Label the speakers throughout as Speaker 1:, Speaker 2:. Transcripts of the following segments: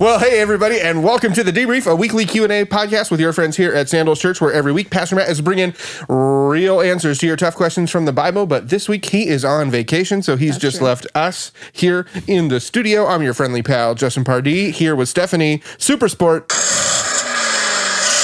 Speaker 1: Well, hey everybody, and welcome to the debrief, a weekly Q and A podcast with your friends here at Sandals Church, where every week Pastor Matt is bringing real answers to your tough questions from the Bible. But this week he is on vacation, so he's just
Speaker 2: true.
Speaker 1: left us here in the studio. I'm your friendly pal Justin Pardee here with Stephanie Supersport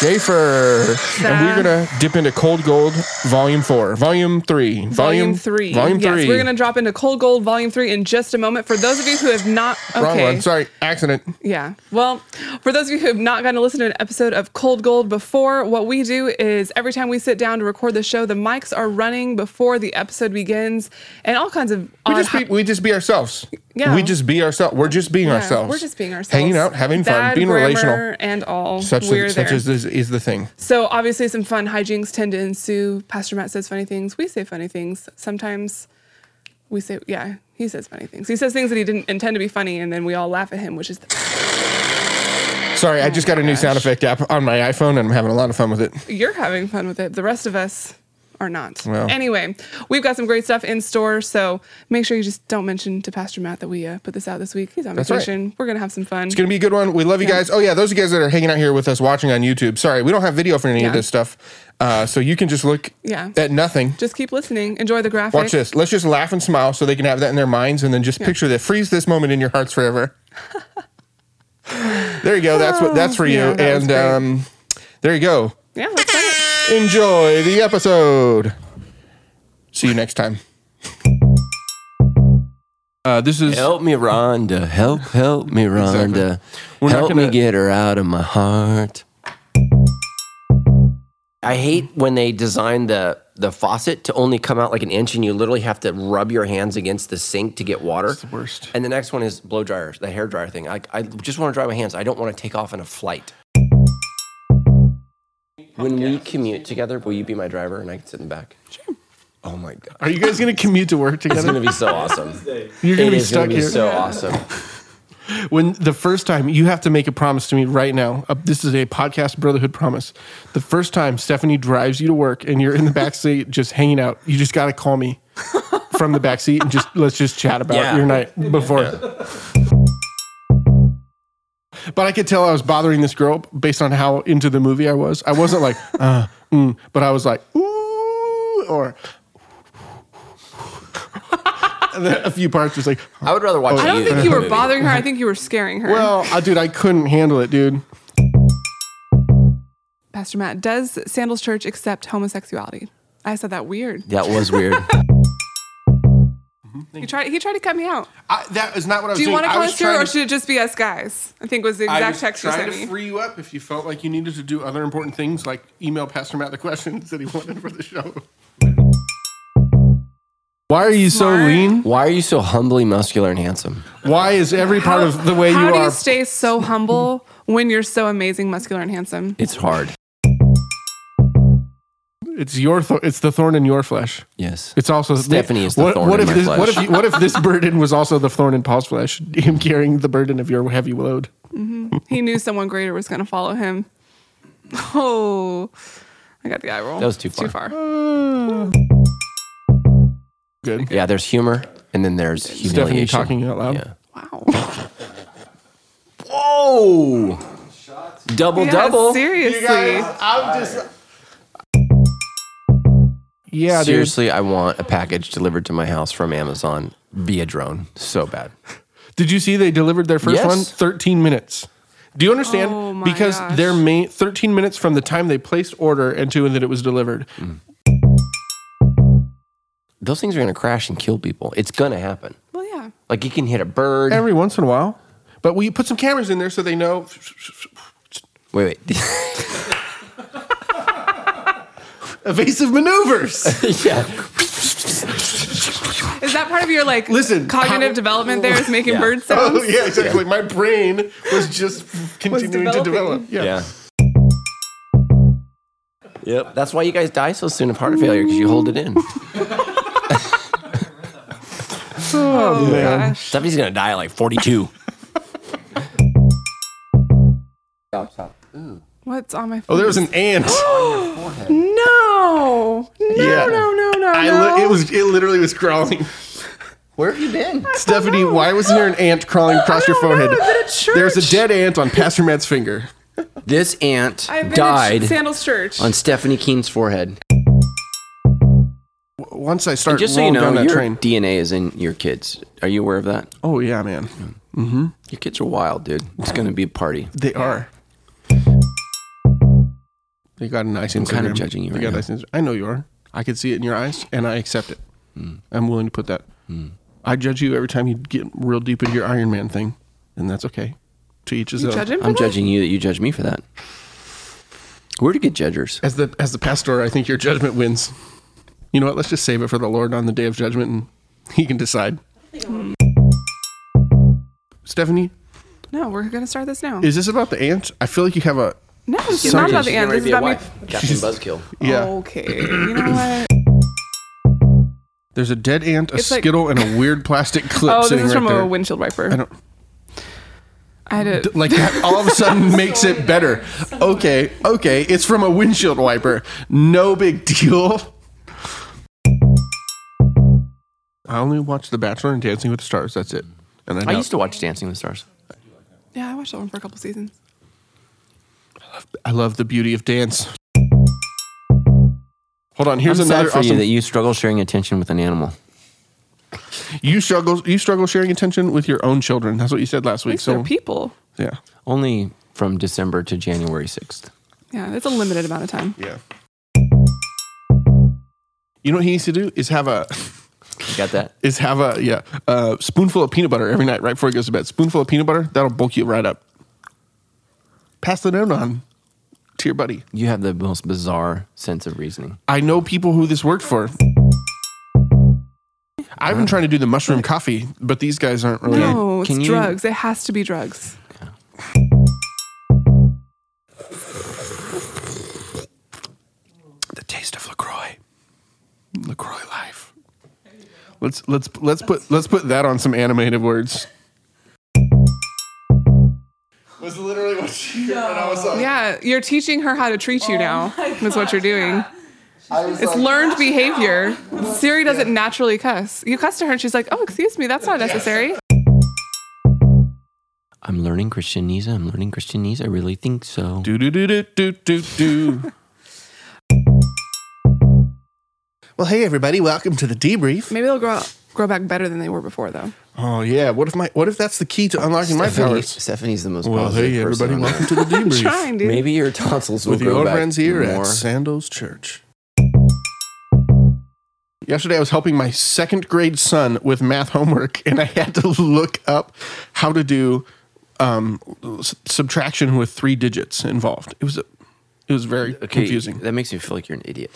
Speaker 1: Schaefer, and we're gonna dip into Cold Gold Volume Four, Volume Three, Volume,
Speaker 2: Volume three.
Speaker 1: Volume
Speaker 2: yes,
Speaker 1: Three.
Speaker 2: We're gonna drop into Cold Gold Volume three in just a moment. For those of you who have not, okay,
Speaker 1: Wrong one. Sorry, accident.
Speaker 2: yeah. Well, for those of you who have not gotten to listen to an episode of Cold Gold before, what we do is every time we sit down to record the show, the mics are running before the episode begins, and all kinds of
Speaker 1: We
Speaker 2: odd
Speaker 1: just be,
Speaker 2: hi-
Speaker 1: we just be ourselves.
Speaker 2: Yeah.
Speaker 1: We just be ourselves. We're just being
Speaker 2: yeah,
Speaker 1: ourselves.
Speaker 2: We're just being ourselves,
Speaker 1: Hanging out, having fun,
Speaker 2: Bad
Speaker 1: being
Speaker 2: grammar
Speaker 1: relational.
Speaker 2: and all.
Speaker 1: Such
Speaker 2: we're
Speaker 1: the, such
Speaker 2: there.
Speaker 1: as is, is the thing.
Speaker 2: So obviously, some fun hijinks tend to ensue. Pastor Matt says funny things. We say funny things. Sometimes we say, yeah, he says funny things. He says things that he didn't intend to be funny, and then we all laugh at him, which is the, Oh
Speaker 1: Sorry, I just got a new sound effect app on my iPhone, and I'm having a lot of fun with it.
Speaker 2: you're having fun with it. The rest of us are not.
Speaker 1: Well.
Speaker 2: Anyway, we've got some great stuff in store. So make sure you just don't mention to Pastor Matt that we uh, put this out this week. He's on
Speaker 1: That's right.
Speaker 2: vacation. We're gonna have some fun.
Speaker 1: It's gonna be a good one. We love you guys. Oh yeah, those of you guys that are hanging out here with us, watching on YouTube. Sorry, we don't have video for any of
Speaker 2: Yeah.
Speaker 1: this stuff, uh, so you can just look
Speaker 2: Yeah.
Speaker 1: at nothing.
Speaker 2: just keep listening. Enjoy the graphic.
Speaker 1: Watch this. Let's just laugh and smile so they can have that in their minds and then just picture that. Freeze this moment in your hearts forever. there you go. That's what that's for you.
Speaker 2: Yeah, that was
Speaker 1: and
Speaker 2: great.
Speaker 1: um, there you go.
Speaker 2: Yeah, let's start it.
Speaker 1: Enjoy the episode. See you next time. Uh, this is
Speaker 3: Help me, Rhonda. Help, help me, Rhonda.
Speaker 1: We're not
Speaker 3: Help
Speaker 1: gonna-
Speaker 3: me get her out of my heart. I hate when they design the the faucet to only come out like an inch, and you literally have to rub your hands against the sink to get water. That's the worst. And the next one is blow dryers, the hair dryer thing. I, I just want to dry my hands. I don't want to take off in a flight. When we commute together, will you be my driver and I can sit in the back? Sure. Oh my god,
Speaker 1: Are you guys gonna commute to work
Speaker 3: it's
Speaker 1: together?
Speaker 3: gonna be so awesome.
Speaker 1: You're gonna
Speaker 3: It
Speaker 1: be
Speaker 3: is
Speaker 1: stuck
Speaker 3: gonna be
Speaker 1: here.
Speaker 3: so awesome.
Speaker 1: when the first time you have to make a promise to me right now. Uh, this is a podcast brotherhood promise. The first time Stephanie drives you to work and you're in the back seat just hanging out, you just gotta call me from the back seat and just let's just chat about
Speaker 3: Yeah.
Speaker 1: your night before. But I could tell I was bothering this girl based on how into the movie I was. I wasn't like, uh, mm, but I was like, ooh, or. and then a few parts was like,
Speaker 3: I would rather watch.
Speaker 2: I don't think you were bothering her. I think you were scaring her.
Speaker 1: well, uh, dude, I couldn't handle it, dude.
Speaker 2: Pastor Matt, does Sandals Church accept homosexuality? I said that weird.
Speaker 3: That was weird.
Speaker 2: He tried. He tried to cut me out.
Speaker 1: I, that is not what I was
Speaker 2: Do you
Speaker 1: doing.
Speaker 2: want to
Speaker 1: I
Speaker 2: come
Speaker 1: was
Speaker 2: us through,
Speaker 1: trying
Speaker 2: or should it just be us guys? I think was the
Speaker 1: I
Speaker 2: exact
Speaker 1: was
Speaker 2: text you
Speaker 1: trying
Speaker 2: sent
Speaker 1: to
Speaker 2: me.
Speaker 1: free you up if you felt like you needed to do other important things, like email Pastor Matt the questions that he wanted for the show. Why are you so
Speaker 2: Smart.
Speaker 1: lean?
Speaker 3: Why are you so humbly muscular and handsome?
Speaker 1: Why is every part of the way you
Speaker 2: How do
Speaker 1: are?
Speaker 2: you stay so humble when you're so amazing, muscular, and handsome?
Speaker 3: It's hard.
Speaker 1: it's your. Th- it's the thorn in your flesh.
Speaker 3: Yes.
Speaker 1: It's also
Speaker 3: Stephanie is the
Speaker 1: what,
Speaker 3: thorn
Speaker 1: what if
Speaker 3: in my
Speaker 1: this,
Speaker 3: flesh.
Speaker 1: What if you, what if this burden was also the thorn in Paul's flesh? Him carrying the burden of your heavy load.
Speaker 2: He knew someone greater was going to follow him. Oh, I got the eye roll.
Speaker 3: That was too
Speaker 2: It's Too
Speaker 3: far.
Speaker 2: far.
Speaker 1: Good.
Speaker 3: Yeah, there's humor and then there's
Speaker 1: Stephanie
Speaker 3: humiliation.
Speaker 1: talking out loud.
Speaker 3: Yeah.
Speaker 2: Wow.
Speaker 3: Whoa! Double
Speaker 2: Yeah,
Speaker 3: double.
Speaker 2: Seriously.
Speaker 1: I'm just. Yeah, dude.
Speaker 3: Seriously, I want a package delivered to my house from Amazon via drone. So bad.
Speaker 1: Did you see they delivered their first
Speaker 3: Yes.
Speaker 1: one? 13 minutes. Do you understand?
Speaker 2: Oh my
Speaker 1: because
Speaker 2: gosh.
Speaker 1: their main 13 minutes from the time they placed order and to when that it was delivered.
Speaker 3: Those things are gonna crash and kill people. It's gonna happen.
Speaker 2: Well, yeah.
Speaker 3: Like you can hit a bird.
Speaker 1: Every once in a while. But we put some cameras in there so they know.
Speaker 3: wait, wait.
Speaker 1: Evasive maneuvers.
Speaker 3: yeah.
Speaker 2: Is that part of your like
Speaker 1: Listen,
Speaker 2: cognitive
Speaker 1: how-
Speaker 2: development? There is making
Speaker 3: Yeah.
Speaker 2: bird sounds.
Speaker 1: oh, yeah, exactly. My brain was just continuing to develop.
Speaker 2: developing.
Speaker 1: Yeah.
Speaker 3: Yeah. Yep. That's why you guys die so soon of heart failure because you hold it in.
Speaker 2: Oh,
Speaker 1: man.
Speaker 2: gosh.
Speaker 3: Somebody's gonna die at like 42.
Speaker 2: What's on my? Face?
Speaker 1: Oh, there was an ant.
Speaker 2: No. No,
Speaker 1: Yeah.
Speaker 2: no, no, no,
Speaker 1: I
Speaker 2: no.
Speaker 1: li- it was it literally was crawling.
Speaker 3: Where have you been?
Speaker 1: Stephanie, why wasn't there an ant crawling across your
Speaker 2: don't know.
Speaker 1: forehead?
Speaker 2: I've been at church.
Speaker 1: There's a dead ant on Pastor Matt's finger.
Speaker 3: This ant
Speaker 2: I've been
Speaker 3: died
Speaker 2: at Sandals Church.
Speaker 3: on Stephanie Keen's forehead.
Speaker 1: W- Once I start
Speaker 3: Just so you
Speaker 1: rolling
Speaker 3: know,
Speaker 1: down that
Speaker 3: your
Speaker 1: train.
Speaker 3: DNA is in your kids. Are you aware of that?
Speaker 1: Oh yeah, man,
Speaker 3: Your kids are wild, dude. It's going to be a party.
Speaker 1: they are. They got a nice Instagram. I'm
Speaker 3: kind of judging you
Speaker 1: They
Speaker 3: right
Speaker 1: got a
Speaker 3: now.
Speaker 1: nice Inst- I know you are. I can see it in your eyes, and I accept it.
Speaker 3: Hmm.
Speaker 1: I'm willing to put that. I judge you every time you get real deep into your Iron Man thing, and that's okay. To each his
Speaker 2: you
Speaker 1: own.
Speaker 2: judge him for
Speaker 3: I'm
Speaker 2: that?
Speaker 3: judging you that you judge me for that. We're to get judgers.
Speaker 1: As the as the pastor, I think your judgment wins. You know what? Let's just save it for the Lord on the day of judgment, and He can decide.
Speaker 2: Hmm.
Speaker 1: Stephanie,
Speaker 2: No, we're gonna start this now.
Speaker 1: is this about the ant? I feel like you have a
Speaker 2: no, it's
Speaker 1: Sorry,
Speaker 2: not about the end. This is about me.
Speaker 4: Captain Buzzkill.
Speaker 1: yeah.
Speaker 2: Okay, you know what?
Speaker 1: There's a dead ant, a
Speaker 2: It's like-
Speaker 1: skittle, and a weird plastic clip
Speaker 2: Oh, this
Speaker 1: sitting
Speaker 2: is
Speaker 1: right
Speaker 2: from
Speaker 1: there.
Speaker 2: a windshield wiper.
Speaker 1: I don't
Speaker 2: I had a
Speaker 1: like that. All of a sudden makes it better. Okay, okay, it's from a windshield wiper. No big deal. I only watch The Bachelor and Dancing with the Stars. That's it. And I,
Speaker 3: I
Speaker 1: know-
Speaker 3: used to watch Dancing with the Stars.
Speaker 2: yeah. I watched that one for a couple seasons.
Speaker 1: I love the beauty of dance. Hold on. Here's
Speaker 3: I'm sad
Speaker 1: another
Speaker 3: for you
Speaker 1: awesome.
Speaker 3: that
Speaker 1: You,
Speaker 3: you struggle sharing attention with an animal.
Speaker 1: struggle. You struggle sharing attention with your own children. That's what you said last week.
Speaker 2: These are
Speaker 1: So
Speaker 2: people.
Speaker 1: yeah,
Speaker 3: Only from December to January 6th.
Speaker 2: Yeah, that's a limited amount of time.
Speaker 1: yeah. You know what he needs to do is have a
Speaker 3: You got that?
Speaker 1: is have a yeah a spoonful of peanut butter every night right before he goes to bed. Spoonful of peanut butter that'll bulk you right up. Pass the note on to your buddy.
Speaker 3: You have the most bizarre sense of reasoning.
Speaker 1: I know people who this worked for. I've been trying to do the mushroom coffee, but these guys aren't really.
Speaker 2: No, it's
Speaker 3: Can you-
Speaker 2: drugs. It has to be drugs.
Speaker 1: the taste of Lacroix. Lacroix life. Let's let's let's put let's put that on some animated words. Was literally what she heard when I was on.
Speaker 2: Yeah, you're teaching her how to treat you now. Is what you're doing. It's learned behavior. Siri doesn't naturally cuss. You cuss to her, and she's like, "Oh, excuse me, that's not necessary."
Speaker 3: I'm learning Christianese. I'm learning Christianese. I really think so.
Speaker 1: Do do do do do do do. Well, hey everybody, welcome to the debrief.
Speaker 2: Maybe they'll grow grow back better than they were before, though.
Speaker 1: Oh yeah, what if my what if that's the key to unlocking my powers?
Speaker 3: Stephanie's the most
Speaker 1: Well, hey everybody, welcome to the debrief
Speaker 2: Trying, dude.
Speaker 4: Maybe your tonsils will
Speaker 1: with your
Speaker 4: grow
Speaker 1: old
Speaker 4: back
Speaker 1: friends here
Speaker 4: more.
Speaker 1: at Sandoz Church. Yesterday, I was helping my second grade son with math homework, and I had to look up how to do um, s- subtraction with three digits involved. It was a, it was very confusing.
Speaker 3: That makes me feel like you're an idiot.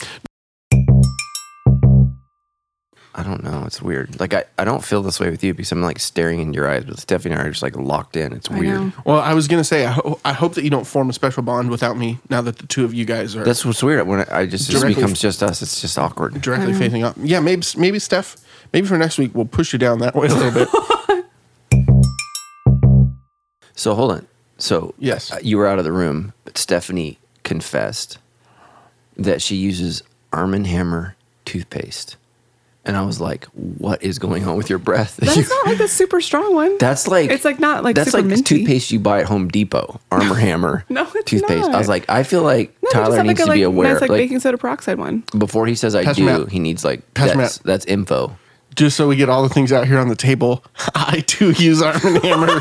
Speaker 3: I don't know. It's weird. Like I, I don't feel this way with you because I'm like staring into your eyes, but Stephanie and I are just like locked in. It's
Speaker 2: I
Speaker 3: weird.
Speaker 2: know.
Speaker 1: Well, I was gonna say, I, ho- I hope that you don't form a special bond without me. Now that the two of you guys are
Speaker 3: That's what's weird. When I, I just it just
Speaker 1: Directly-
Speaker 3: becomes just us, it's just awkward.
Speaker 1: directly facing up, yeah, maybe maybe Steph, maybe for next week we'll push you down that way a little bit.
Speaker 3: So hold on. So
Speaker 1: Yes.
Speaker 3: uh, you were out of the room, but Stephanie confessed that she uses Arm and Hammer toothpaste, and I was like, "What is going on with your breath?"
Speaker 2: That's not like a super strong one.
Speaker 3: That's like
Speaker 2: It's, like, not, like,
Speaker 3: that's
Speaker 2: super
Speaker 3: like
Speaker 2: minty.
Speaker 3: the toothpaste you buy at Home Depot, Armor Hammer.
Speaker 2: No, it's
Speaker 3: toothpaste. I
Speaker 2: not.
Speaker 3: was like, I feel like
Speaker 2: No, they just
Speaker 3: Tyler
Speaker 2: have,
Speaker 3: needs
Speaker 2: like, a,
Speaker 3: to be
Speaker 2: like,
Speaker 3: aware.
Speaker 2: Nice, like,
Speaker 3: like
Speaker 2: baking soda peroxide one.
Speaker 3: before he says I
Speaker 1: Pass
Speaker 3: do,
Speaker 1: me out.
Speaker 3: he needs like
Speaker 1: Pass me
Speaker 3: that's
Speaker 1: out.
Speaker 3: that's info.
Speaker 1: Just so we get all the things out here on the table, I too use Arm and Hammer.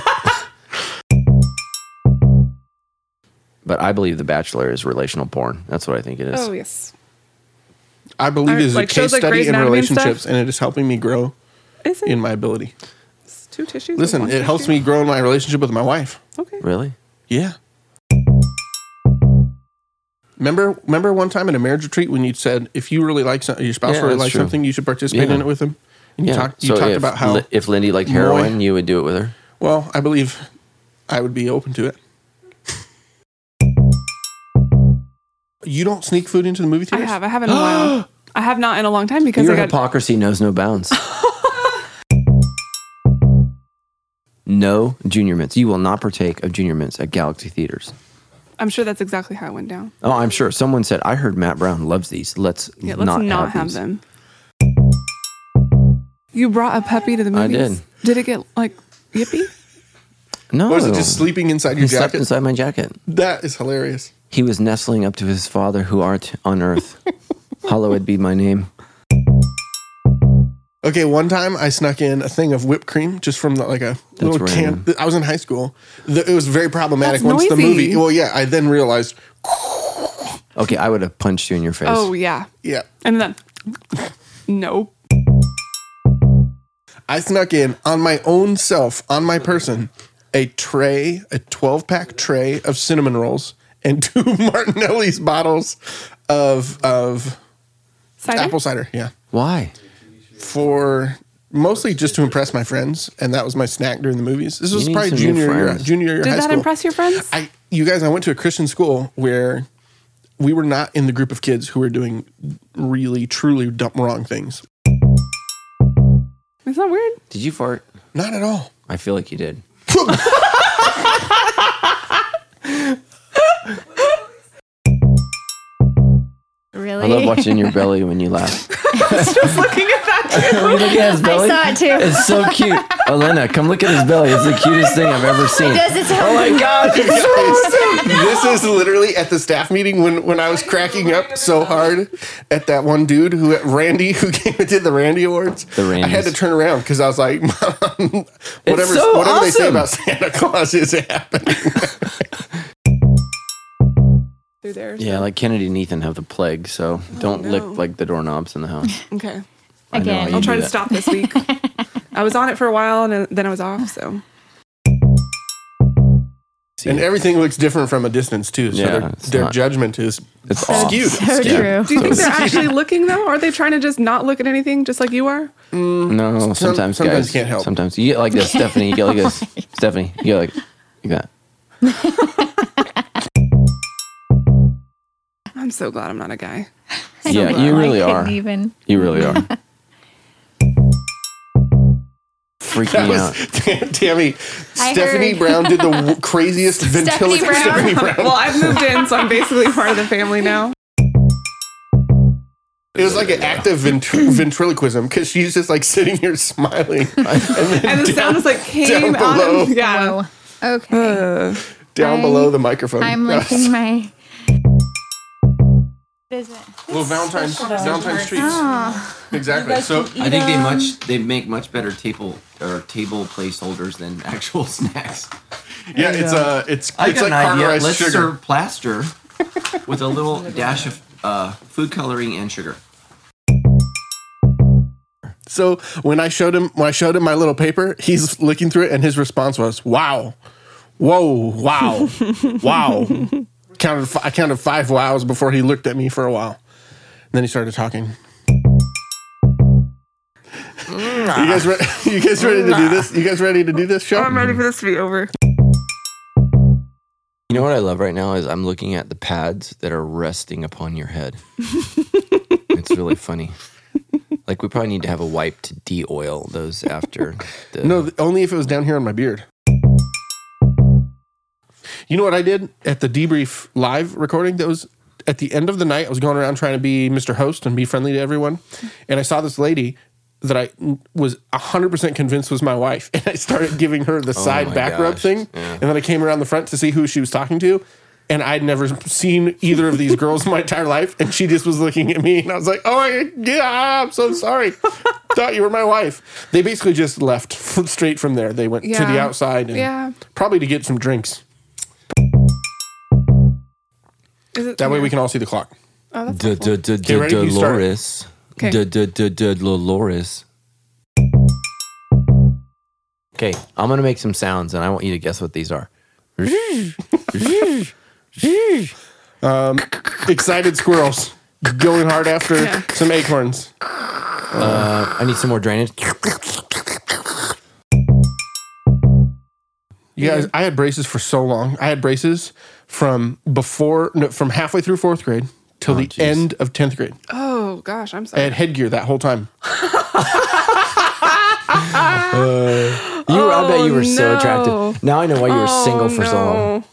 Speaker 3: But I believe The Bachelor is relational porn. That's what I think it is.
Speaker 2: Oh yes,
Speaker 1: I believe
Speaker 2: Or,
Speaker 1: it is
Speaker 2: like,
Speaker 1: a
Speaker 2: shows
Speaker 1: case
Speaker 2: like
Speaker 1: study
Speaker 2: Grey's
Speaker 1: in
Speaker 2: Anatomy and stuff?
Speaker 1: relationships, and it is helping me grow
Speaker 2: is it?
Speaker 1: in my ability.
Speaker 2: It's two tissues. and
Speaker 1: Listen,
Speaker 2: one
Speaker 1: it helps me
Speaker 2: tissue?
Speaker 1: grow in my relationship with my wife.
Speaker 2: Okay.
Speaker 3: Really?
Speaker 1: Yeah. Remember, remember one time at a marriage retreat when you said if you really like some, your spouse
Speaker 3: Yeah,
Speaker 1: really
Speaker 3: that's
Speaker 1: likes
Speaker 3: true.
Speaker 1: something, you should participate
Speaker 3: Yeah.
Speaker 1: in it with them. And you talked, you
Speaker 3: So
Speaker 1: talked
Speaker 3: if
Speaker 1: about how
Speaker 3: Li- if Lindy liked
Speaker 1: Moy-
Speaker 3: heroin, you would do it with her.
Speaker 1: well, I believe I would be open to it. You don't sneak food into the movie
Speaker 2: I
Speaker 1: theaters.
Speaker 2: have. I haven't in a while. I have not in a long time because
Speaker 3: Your
Speaker 2: I got.
Speaker 3: hypocrisy knows no bounds. no junior mints. You will not partake of junior mints at Galaxy Theaters.
Speaker 2: I'm sure that's exactly how it went down.
Speaker 3: Oh, I'm sure. Someone said, I heard Matt Brown loves these. Let's,
Speaker 2: Yeah, let's not, have,
Speaker 3: these."
Speaker 2: them. You brought a puppy to the
Speaker 3: I
Speaker 2: movies.
Speaker 3: did.
Speaker 2: it get like yippy?
Speaker 3: No,
Speaker 1: Or was it just sleeping inside your
Speaker 3: he Oh. slept
Speaker 1: jacket?
Speaker 3: inside my jacket.
Speaker 1: That is hilarious.
Speaker 3: He was nestling up to his father, who art on earth. Hallowed be my name.
Speaker 1: Okay, one time I snuck in a thing of whipped cream just from the, like a little can. I was in high school. The, it was very problematic
Speaker 2: That's
Speaker 1: once the
Speaker 2: noisy.
Speaker 1: movie. Well, yeah, I then realized.
Speaker 3: Okay, I would have punched you in your face.
Speaker 2: Oh yeah.
Speaker 1: Yeah,
Speaker 2: And then no.
Speaker 1: I snuck in on my own self, on my person, a tray, a twelve pack tray of cinnamon rolls and two Martinelli's bottles of of
Speaker 2: Cider?
Speaker 1: apple cider. Yeah,
Speaker 3: Why?
Speaker 1: for. Mostly just to impress my friends, and that was my snack during the movies. This was
Speaker 3: need
Speaker 1: probably
Speaker 3: some new
Speaker 1: junior year,
Speaker 3: friends.
Speaker 1: junior year
Speaker 2: Did
Speaker 1: high
Speaker 2: that
Speaker 1: school.
Speaker 2: impress your friends?
Speaker 1: I, you guys, I went to a Christian school where we were not in the group of kids who were doing really, truly dumb, wrong things.
Speaker 2: It's not weird.
Speaker 3: Did you fart?
Speaker 1: Not at all.
Speaker 3: I feel like you did.
Speaker 5: Really?
Speaker 3: I love watching your belly when you laugh.
Speaker 2: Looking at that.
Speaker 3: yes,
Speaker 5: I saw it too.
Speaker 3: It's so cute. Elena, come look at his belly. It's the cutest thing I've ever seen. Oh
Speaker 5: Does it sound
Speaker 1: You guys, This is literally at the staff meeting when, when I was cracking up so hard at that one dude who Randy who came and did the Randy Awards.
Speaker 3: The
Speaker 1: I had to
Speaker 3: Randys.
Speaker 1: turn around because I was like, Mom, whatever,
Speaker 3: so
Speaker 1: whatever they say
Speaker 3: awesome.
Speaker 1: about Santa Claus is happening.
Speaker 2: Through there.
Speaker 3: Yeah, like Kennedy and Ethan have the plague, so
Speaker 5: Oh,
Speaker 3: don't
Speaker 2: no.
Speaker 3: lick like the doorknobs in the house.
Speaker 2: Okay.
Speaker 3: I know how
Speaker 5: Again.
Speaker 3: you
Speaker 5: I'll
Speaker 3: do
Speaker 2: Try to
Speaker 3: that.
Speaker 2: stop this week. I was on it for a while and then I was off. So
Speaker 3: See
Speaker 1: and
Speaker 3: it.
Speaker 1: everything looks different from a distance too. So
Speaker 3: Yeah,
Speaker 1: their,
Speaker 3: it's
Speaker 1: their
Speaker 3: not-
Speaker 1: judgment is
Speaker 3: It's off.
Speaker 1: skewed.
Speaker 5: so true?
Speaker 2: do you think they're actually looking though? Are they trying to just not look at anything, just like you are?
Speaker 3: No,
Speaker 1: sometimes
Speaker 3: sometimes guys
Speaker 1: you can't help.
Speaker 3: Sometimes you get like this, Stephanie. You get like this, Stephanie. You get like like that.
Speaker 2: I'm so glad I'm not a guy.
Speaker 3: yeah, you really
Speaker 5: I
Speaker 3: are.
Speaker 5: couldn't even.
Speaker 3: You really are. Freaking
Speaker 1: That
Speaker 3: out.
Speaker 1: was Tammy.
Speaker 5: I
Speaker 1: Stephanie
Speaker 5: heard.
Speaker 1: Brown did the w- craziest ventriloquist.
Speaker 5: Brown.
Speaker 1: Stephanie Brown.
Speaker 2: well, I've moved in, so I'm basically part of the family now.
Speaker 1: It was like an act of ventri- ventriloquism because she's just like sitting here smiling. And then
Speaker 2: And the
Speaker 1: down,
Speaker 2: sound just like came
Speaker 1: down
Speaker 2: out.
Speaker 1: below.
Speaker 2: Of, yeah.
Speaker 5: Oh, okay.
Speaker 2: Uh,
Speaker 1: down
Speaker 5: I-
Speaker 1: below the microphone.
Speaker 5: I'm
Speaker 1: That was-
Speaker 5: licking my.
Speaker 3: Oh.
Speaker 5: What is it?
Speaker 1: Well, Valentine's Valentine's treats. Exactly. So
Speaker 3: I think they much they make much better table or table placeholders than actual snacks.
Speaker 1: yeah, it's uh, it's
Speaker 3: I
Speaker 1: it's
Speaker 3: got
Speaker 1: like
Speaker 3: an idea.
Speaker 1: caramelized
Speaker 3: Let's
Speaker 1: sugar.
Speaker 3: serve plaster with a little dash of uh, food coloring and sugar.
Speaker 1: So when I showed him when I showed him my little paper, he's looking through it, and his response was, "Wow, whoa, wow, wow." Counted. fi- I counted five wows before he looked at me for a while. And then he started talking. you guys, re- you guys ready to do this? You guys ready to do this show?
Speaker 2: I'm ready for this to be over.
Speaker 3: You know what I love right now is I'm looking at the pads that are resting upon your head. it's really funny. Like we probably need to have a wipe to de-oil those after. The,
Speaker 1: No, th- only if it was down here on my beard. You know what I did at the debrief live recording? That was at the end of the night. I was going around trying to be Mr. Host and be friendly to everyone, and I saw this lady that I n- was 100% convinced was my wife, and I started giving her the side
Speaker 3: Oh my
Speaker 1: back rub
Speaker 3: gosh.
Speaker 1: thing,
Speaker 3: Yeah.
Speaker 1: and then I came around the front to see who she was talking to. And I'd never seen either of these girls in my entire life, and she just was looking at me, and I was like, "Oh my yeah, I'm so sorry. Thought you were my wife." They basically just left straight from there. They went to the
Speaker 2: Yeah.
Speaker 1: outside, and
Speaker 2: Yeah.
Speaker 1: probably to get some drinks.
Speaker 2: Is it
Speaker 1: That way we can all see the clock.
Speaker 2: Oh, that's
Speaker 3: D- d- d- d-
Speaker 1: ready? You start.
Speaker 3: Dolores.
Speaker 2: Okay.
Speaker 3: D- d- d- d- Dolores. Okay, I'm gonna make some sounds, and I want you to guess what these are.
Speaker 1: Um, Excited squirrels going hard after
Speaker 2: Yeah.
Speaker 1: some acorns.
Speaker 3: Uh, I need some more drainage.
Speaker 1: You guys, I had braces for so long. I had braces from before, no, from halfway through fourth grade till the
Speaker 3: geez.
Speaker 1: end of tenth grade.
Speaker 2: Oh gosh, I'm
Speaker 1: I
Speaker 2: sorry.
Speaker 1: had headgear that whole time.
Speaker 3: You, were I bet you were so
Speaker 2: Oh, no.
Speaker 3: attractive. Now I know why you were Eh, single for so long.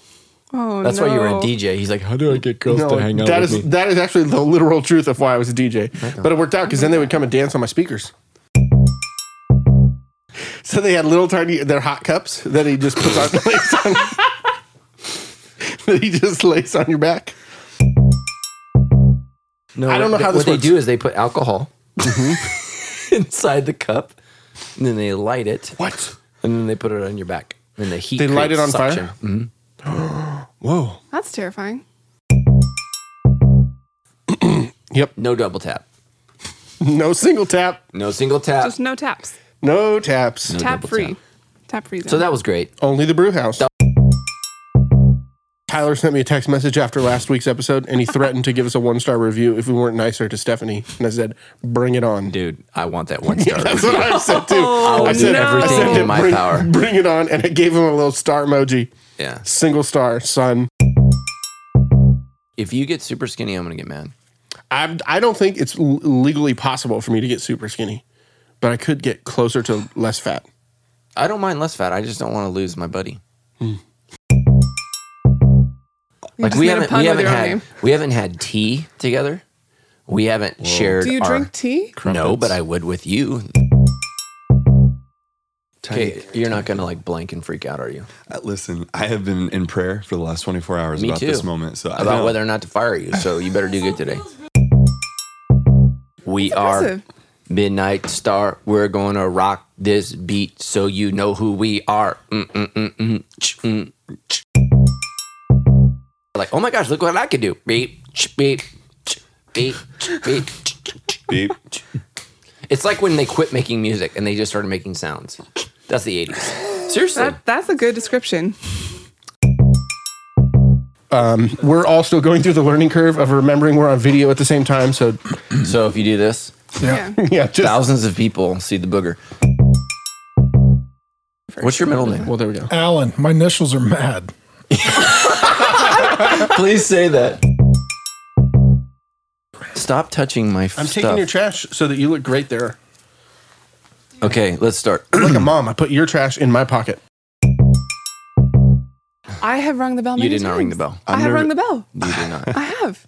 Speaker 2: Oh,
Speaker 3: That's why you were a DJ. He's like, how do I get girls to hang out
Speaker 1: that
Speaker 3: with
Speaker 1: is
Speaker 3: me?
Speaker 1: that is actually the literal truth of why I was a DJ. But it worked out because then they would come and dance on my speakers. So they had little tiny, they're hot cups that he just puts on, lays on that he just lays on your back.
Speaker 3: No,
Speaker 1: I don't know
Speaker 3: what-
Speaker 1: how this works.
Speaker 3: what
Speaker 1: Mm-hmm.
Speaker 3: they do is they put alcohol inside the cup, and then they light it,
Speaker 1: What?
Speaker 3: and then they put it on your back, and the heat.
Speaker 1: They light
Speaker 3: creates
Speaker 1: it on fire?
Speaker 3: suction. Mhm.
Speaker 1: Whoa.
Speaker 2: That's terrifying.
Speaker 1: Yep.
Speaker 3: No double tap,
Speaker 1: No single tap.
Speaker 3: no single tap.
Speaker 2: Just no taps.
Speaker 1: No taps.
Speaker 3: Uh, No
Speaker 2: tap
Speaker 3: double
Speaker 2: free.
Speaker 3: tap.
Speaker 2: Tap, free.
Speaker 3: So
Speaker 2: So
Speaker 3: that was great.
Speaker 1: Only the brew house. Tyler sent me a text message after last week's episode and he threatened to give us a one star review if we weren't nicer to Stephanie. And I said, bring it on.
Speaker 3: Dude, I want that one star.
Speaker 1: That's what I said too.
Speaker 3: I'll
Speaker 1: I
Speaker 3: do
Speaker 1: said
Speaker 3: Oh, everything
Speaker 1: I said,
Speaker 3: in my
Speaker 1: bring,
Speaker 3: power.
Speaker 1: Bring it on. And I gave him a little star emoji.
Speaker 3: yeah.
Speaker 1: Single star, son.
Speaker 3: If you get super skinny, I'm gonna get mad.
Speaker 1: I, I don't think it's l- legally possible for me to get super skinny, but I could get closer to less fat.
Speaker 3: I don't mind less fat. I just don't want to lose my buddy.
Speaker 2: you just made a pun
Speaker 3: we
Speaker 2: with
Speaker 3: haven't
Speaker 2: your own
Speaker 3: had
Speaker 2: name.
Speaker 3: we haven't had tea together. We haven't shared.
Speaker 2: Do you
Speaker 3: our-
Speaker 2: drink tea?
Speaker 3: No, but I would with you. Okay, you're not gonna like blank and freak out, are you?
Speaker 6: Uh, Listen, I have been in prayer for the last 24 hours
Speaker 3: Me
Speaker 6: about
Speaker 3: too.
Speaker 6: this moment. So I
Speaker 3: About
Speaker 6: know.
Speaker 3: whether or not to fire you, so you better do good today. We are
Speaker 2: impressive.
Speaker 3: midnight star. We're gonna rock this beat, so you know who we are. Mm, mm, mm, mm, ch, mm, ch. Like, oh my gosh, look what I can do! Beep, ch, beep, ch, beep, ch, beep. ch, ch, ch.
Speaker 6: Beep.
Speaker 3: It's like when they quit making music and they just started making sounds. That's the '80s. Seriously.
Speaker 2: That, that's a good description.
Speaker 1: Um, We're all still going through the learning curve of remembering we're on video at the same time. So,
Speaker 3: So if you do this,
Speaker 2: Yeah.
Speaker 1: yeah, just.
Speaker 3: thousands of people see the booger. What's your middle name?
Speaker 1: Well, there we go.
Speaker 7: Alan, my initials are mad.
Speaker 3: Please say that. Stop touching my
Speaker 1: I'm
Speaker 3: stuff.
Speaker 1: taking your trash so that you look great there.
Speaker 3: okay, let's start.
Speaker 1: like a mom, I put your trash in my pocket.
Speaker 2: I have rung the bell.
Speaker 3: You
Speaker 2: many
Speaker 3: did not ring the
Speaker 2: times.
Speaker 3: bell.
Speaker 2: I have
Speaker 6: nerv-
Speaker 2: rung the bell.
Speaker 3: You do not
Speaker 2: I have.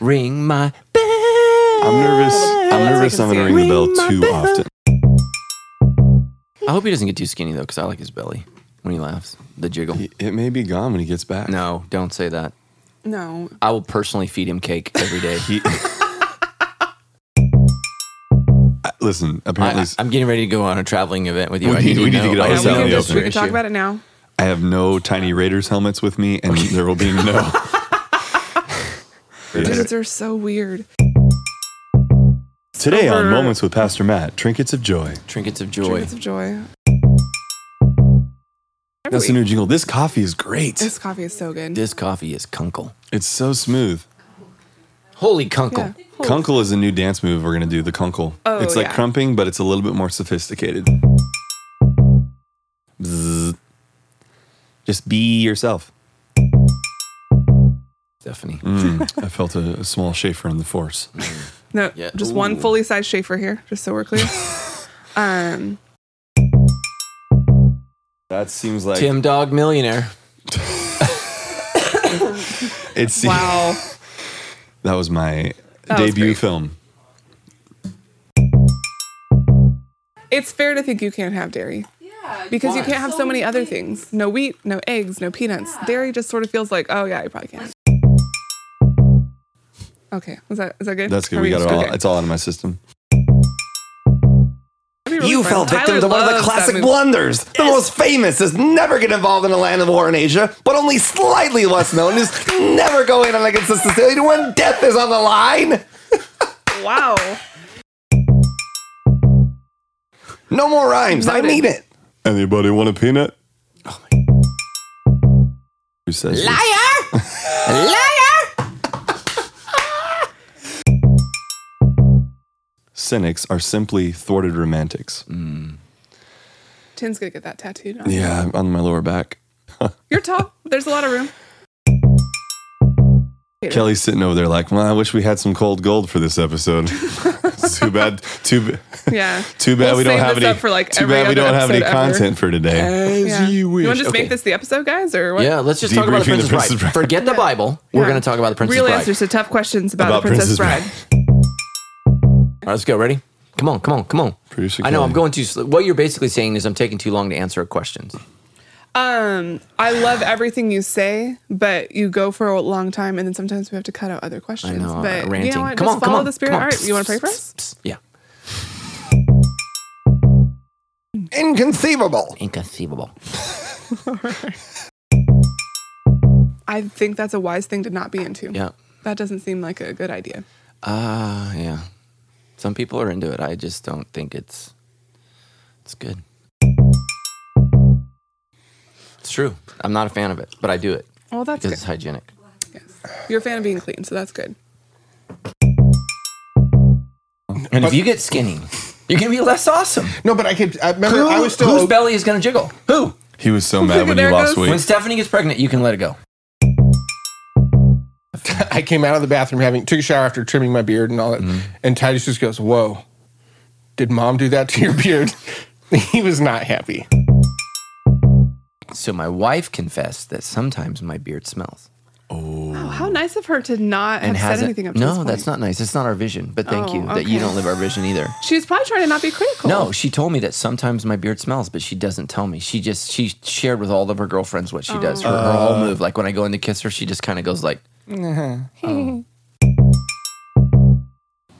Speaker 3: ring my bell.
Speaker 6: I'm nervous. I'm nervous. I'm going to ring the bell too often.
Speaker 3: I hope he doesn't get too skinny though, because I like his belly when he laughs. The jiggle.
Speaker 6: It may be gone when he gets back.
Speaker 3: No, don't say that.
Speaker 2: No.
Speaker 3: I will personally feed him cake every day.
Speaker 6: He, I- listen, apparently,
Speaker 3: I,
Speaker 6: I,
Speaker 3: am getting ready to go on a traveling event with you.
Speaker 6: We
Speaker 3: I
Speaker 6: need- we need to
Speaker 3: know-
Speaker 6: get
Speaker 3: I
Speaker 6: all
Speaker 2: Yeah,
Speaker 6: this
Speaker 2: we
Speaker 6: out in
Speaker 2: can
Speaker 6: the
Speaker 2: just- we
Speaker 6: open.
Speaker 2: can talk about it now.
Speaker 6: have no tiny Raiders helmets with me, and there will be no.
Speaker 2: Dudes are so weird.
Speaker 6: Today on
Speaker 2: Over-
Speaker 6: Moments with Pastor Matt, Trinkets of Joy.
Speaker 3: Trinkets of joy.
Speaker 2: Trinkets of joy.
Speaker 6: That's the new jingle. This coffee is great.
Speaker 2: This coffee is so good.
Speaker 3: This coffee is kunkel.
Speaker 6: It's so smooth.
Speaker 3: Holy kunkel.
Speaker 2: yeah.
Speaker 6: Kunkel is a new dance move we're going to do, the kunkel.
Speaker 2: Oh,
Speaker 6: it's like
Speaker 2: yeah.
Speaker 6: crumping, but it's a little bit more sophisticated. Zzz. Just be yourself.
Speaker 3: Stephanie.
Speaker 6: Mm, I felt a, a small Schaefer in the force.
Speaker 2: No,
Speaker 3: Yeah.
Speaker 2: just one
Speaker 3: Ooh.
Speaker 2: fully sized Schaefer here, just so we're clear. um,
Speaker 6: That seems like
Speaker 3: Tim Dog Millionaire.
Speaker 6: it's
Speaker 2: wow.
Speaker 6: that was my
Speaker 2: That was
Speaker 6: debut
Speaker 2: great.
Speaker 6: film.
Speaker 2: It's fair to think you can't have dairy. Yeah. Because you can't have so many other things. No wheat, no eggs, no peanuts. Dairy just sort of feels like, oh yeah, you probably can't. Okay, is that is that good?
Speaker 6: That's good.
Speaker 2: Are
Speaker 6: We got it all.
Speaker 2: okay.
Speaker 6: It's all out of my system.
Speaker 2: That'd be really fun. Tyler loves that movie.
Speaker 8: blunders. The most famous is never get involved in a land of war in Asia, but only slightly less known is never go in on a consistent sailing when death is on the line.
Speaker 2: Wow.
Speaker 8: No more rhymes. I
Speaker 2: Noted.
Speaker 8: need it. Oh
Speaker 6: Anybody want a peanut? Who says this?
Speaker 3: Liar! Liar!
Speaker 6: cynics are simply thwarted romantics?
Speaker 8: Mm.
Speaker 2: Tim's gonna get that tattooed. On.
Speaker 6: Yeah, on my lower back.
Speaker 2: You're tall. There's a lot of room.
Speaker 6: Kelly's sitting over there like, well, I wish we had some cold gold for this episode. It's too bad. Too ba-
Speaker 2: Yeah.
Speaker 6: too bad
Speaker 2: We'll
Speaker 6: we don't
Speaker 2: save
Speaker 6: have
Speaker 2: this
Speaker 6: any.
Speaker 2: up for, like,
Speaker 6: too
Speaker 2: every
Speaker 6: bad we
Speaker 2: other
Speaker 6: don't have any
Speaker 2: episode ever.
Speaker 6: content for today.
Speaker 2: Yeah. You, want to just
Speaker 3: Okay.
Speaker 2: make this the episode, guys, or what?
Speaker 3: Yeah, let's just talk about the
Speaker 6: Debriefing
Speaker 3: Princess,
Speaker 6: the Princess
Speaker 3: Bride.
Speaker 6: Bride.
Speaker 3: Forget the Bible. We're
Speaker 2: Yeah.
Speaker 3: going to talk about the Princess
Speaker 2: Real
Speaker 3: Bride.
Speaker 2: answers to tough questions about, the Princess, Bride.
Speaker 3: All right, let's go. Ready? Come on, come on, come on.
Speaker 6: Producer
Speaker 3: I know I'm
Speaker 6: Kelly.
Speaker 3: going too slow. What you're basically saying is I'm taking too long to answer questions.
Speaker 2: Um, I love everything you say, but you go for a long time, and then sometimes we have to cut out other questions.
Speaker 3: I know,
Speaker 2: but
Speaker 3: uh, ranting.
Speaker 2: you know what?
Speaker 3: come
Speaker 2: Just
Speaker 3: on, come
Speaker 2: follow
Speaker 3: on,
Speaker 2: the spirit.
Speaker 3: come on.
Speaker 2: All right, you want to pray for us?
Speaker 3: Yeah.
Speaker 8: Inconceivable.
Speaker 3: Inconceivable.
Speaker 2: I think that's a wise thing to not be into.
Speaker 3: Yeah.
Speaker 2: That doesn't seem like a good idea.
Speaker 3: Ah, yeah. Some people are into it. I just don't think it's it's good. It's true. I'm not a fan of it, but I do it
Speaker 2: Well, that's
Speaker 3: because
Speaker 2: good.
Speaker 3: it's hygienic.
Speaker 2: You're a fan of being clean, so that's good.
Speaker 3: And if you get skinny, you're gonna be less awesome.
Speaker 1: No, but I could. I remember
Speaker 3: Who,
Speaker 1: I was still.
Speaker 3: whose belly is gonna jiggle? Who?
Speaker 6: He was so mad when
Speaker 2: There
Speaker 6: you
Speaker 2: it
Speaker 6: lost
Speaker 2: goes.
Speaker 3: When
Speaker 6: weight.
Speaker 3: Stephanie gets pregnant, you can let it go.
Speaker 1: I came out of the bathroom having took a shower after trimming my beard and all that,
Speaker 3: Mm-hmm.
Speaker 1: and Titus just goes, "Whoa, did mom do that to your beard?" he was not happy.
Speaker 3: So my wife confessed that sometimes my beard smells
Speaker 2: Oh, how nice of her to not have said
Speaker 3: hasn't-
Speaker 2: anything up to this
Speaker 3: No,
Speaker 2: point.
Speaker 3: that's not nice. It's not our vision. But thank
Speaker 2: Oh,
Speaker 3: you that you
Speaker 2: okay.
Speaker 3: don't live our vision either.
Speaker 2: She was probably trying to not be critical.
Speaker 3: No, she told me that sometimes my beard smells, but she doesn't tell me. She just she shared with all of her girlfriends what she
Speaker 2: Oh.
Speaker 3: does. Her, her
Speaker 6: Uh.
Speaker 3: whole move, like when I go in to kiss her, she just kind of goes like, Oh.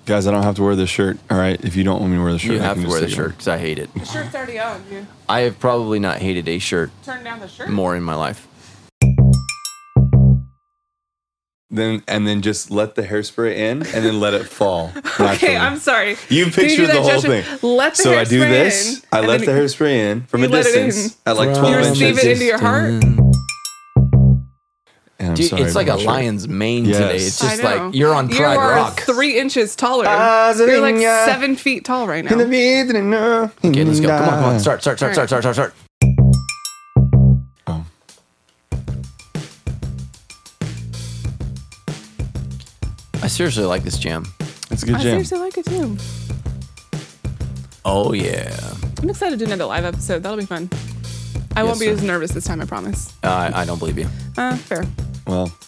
Speaker 6: Guys, I don't have to wear this shirt. All right. If you don't want me to wear the shirt,
Speaker 3: "You
Speaker 6: I
Speaker 3: have
Speaker 6: can
Speaker 3: to
Speaker 6: just
Speaker 3: wear the
Speaker 6: take it off.
Speaker 3: shirt because I hate it."
Speaker 2: The shirt's already on. You
Speaker 3: I have probably not hated a shirt
Speaker 2: turn down the shirt.
Speaker 3: more in my life.
Speaker 6: Then and then just let the hairspray in and then let it fall.
Speaker 2: Okay, I'm sorry.
Speaker 6: You
Speaker 2: Can do
Speaker 6: pictured
Speaker 2: that
Speaker 6: the whole
Speaker 2: gesture?
Speaker 6: thing.
Speaker 2: Let the
Speaker 6: so
Speaker 2: hair
Speaker 6: I do
Speaker 2: spray
Speaker 6: this.
Speaker 2: in,
Speaker 6: I
Speaker 2: and
Speaker 6: let
Speaker 2: then
Speaker 6: the hair spray in from a
Speaker 2: you let it
Speaker 6: distance
Speaker 2: in.
Speaker 6: at like
Speaker 3: From
Speaker 2: You
Speaker 6: 12
Speaker 2: receive it
Speaker 6: inches.
Speaker 2: into your heart.
Speaker 6: And I'm
Speaker 3: Dude,
Speaker 6: sorry
Speaker 3: it's like a
Speaker 6: about my shirt.
Speaker 3: lion's mane today.
Speaker 6: Yes.
Speaker 3: It's
Speaker 2: I
Speaker 3: just
Speaker 2: know.
Speaker 3: like you're on Pride
Speaker 2: you are
Speaker 3: Rock.
Speaker 2: Three inches taller.
Speaker 8: Ah,
Speaker 2: You're like
Speaker 8: Zelinga.
Speaker 2: seven feet tall right now.
Speaker 3: Okay,
Speaker 8: Okay,
Speaker 3: let's go. Come on, come on. Start, start, start, start, start, start, start.
Speaker 6: Oh.
Speaker 3: I seriously like this jam.
Speaker 6: It's a good
Speaker 2: I
Speaker 6: jam.
Speaker 2: seriously like it too.
Speaker 3: Oh yeah.
Speaker 2: I'm excited to do another live episode. That'll be fun. I won't be
Speaker 3: sir.
Speaker 2: as nervous this time, I promise.
Speaker 3: Uh, I don't believe you.
Speaker 2: Uh, fair.
Speaker 6: Well,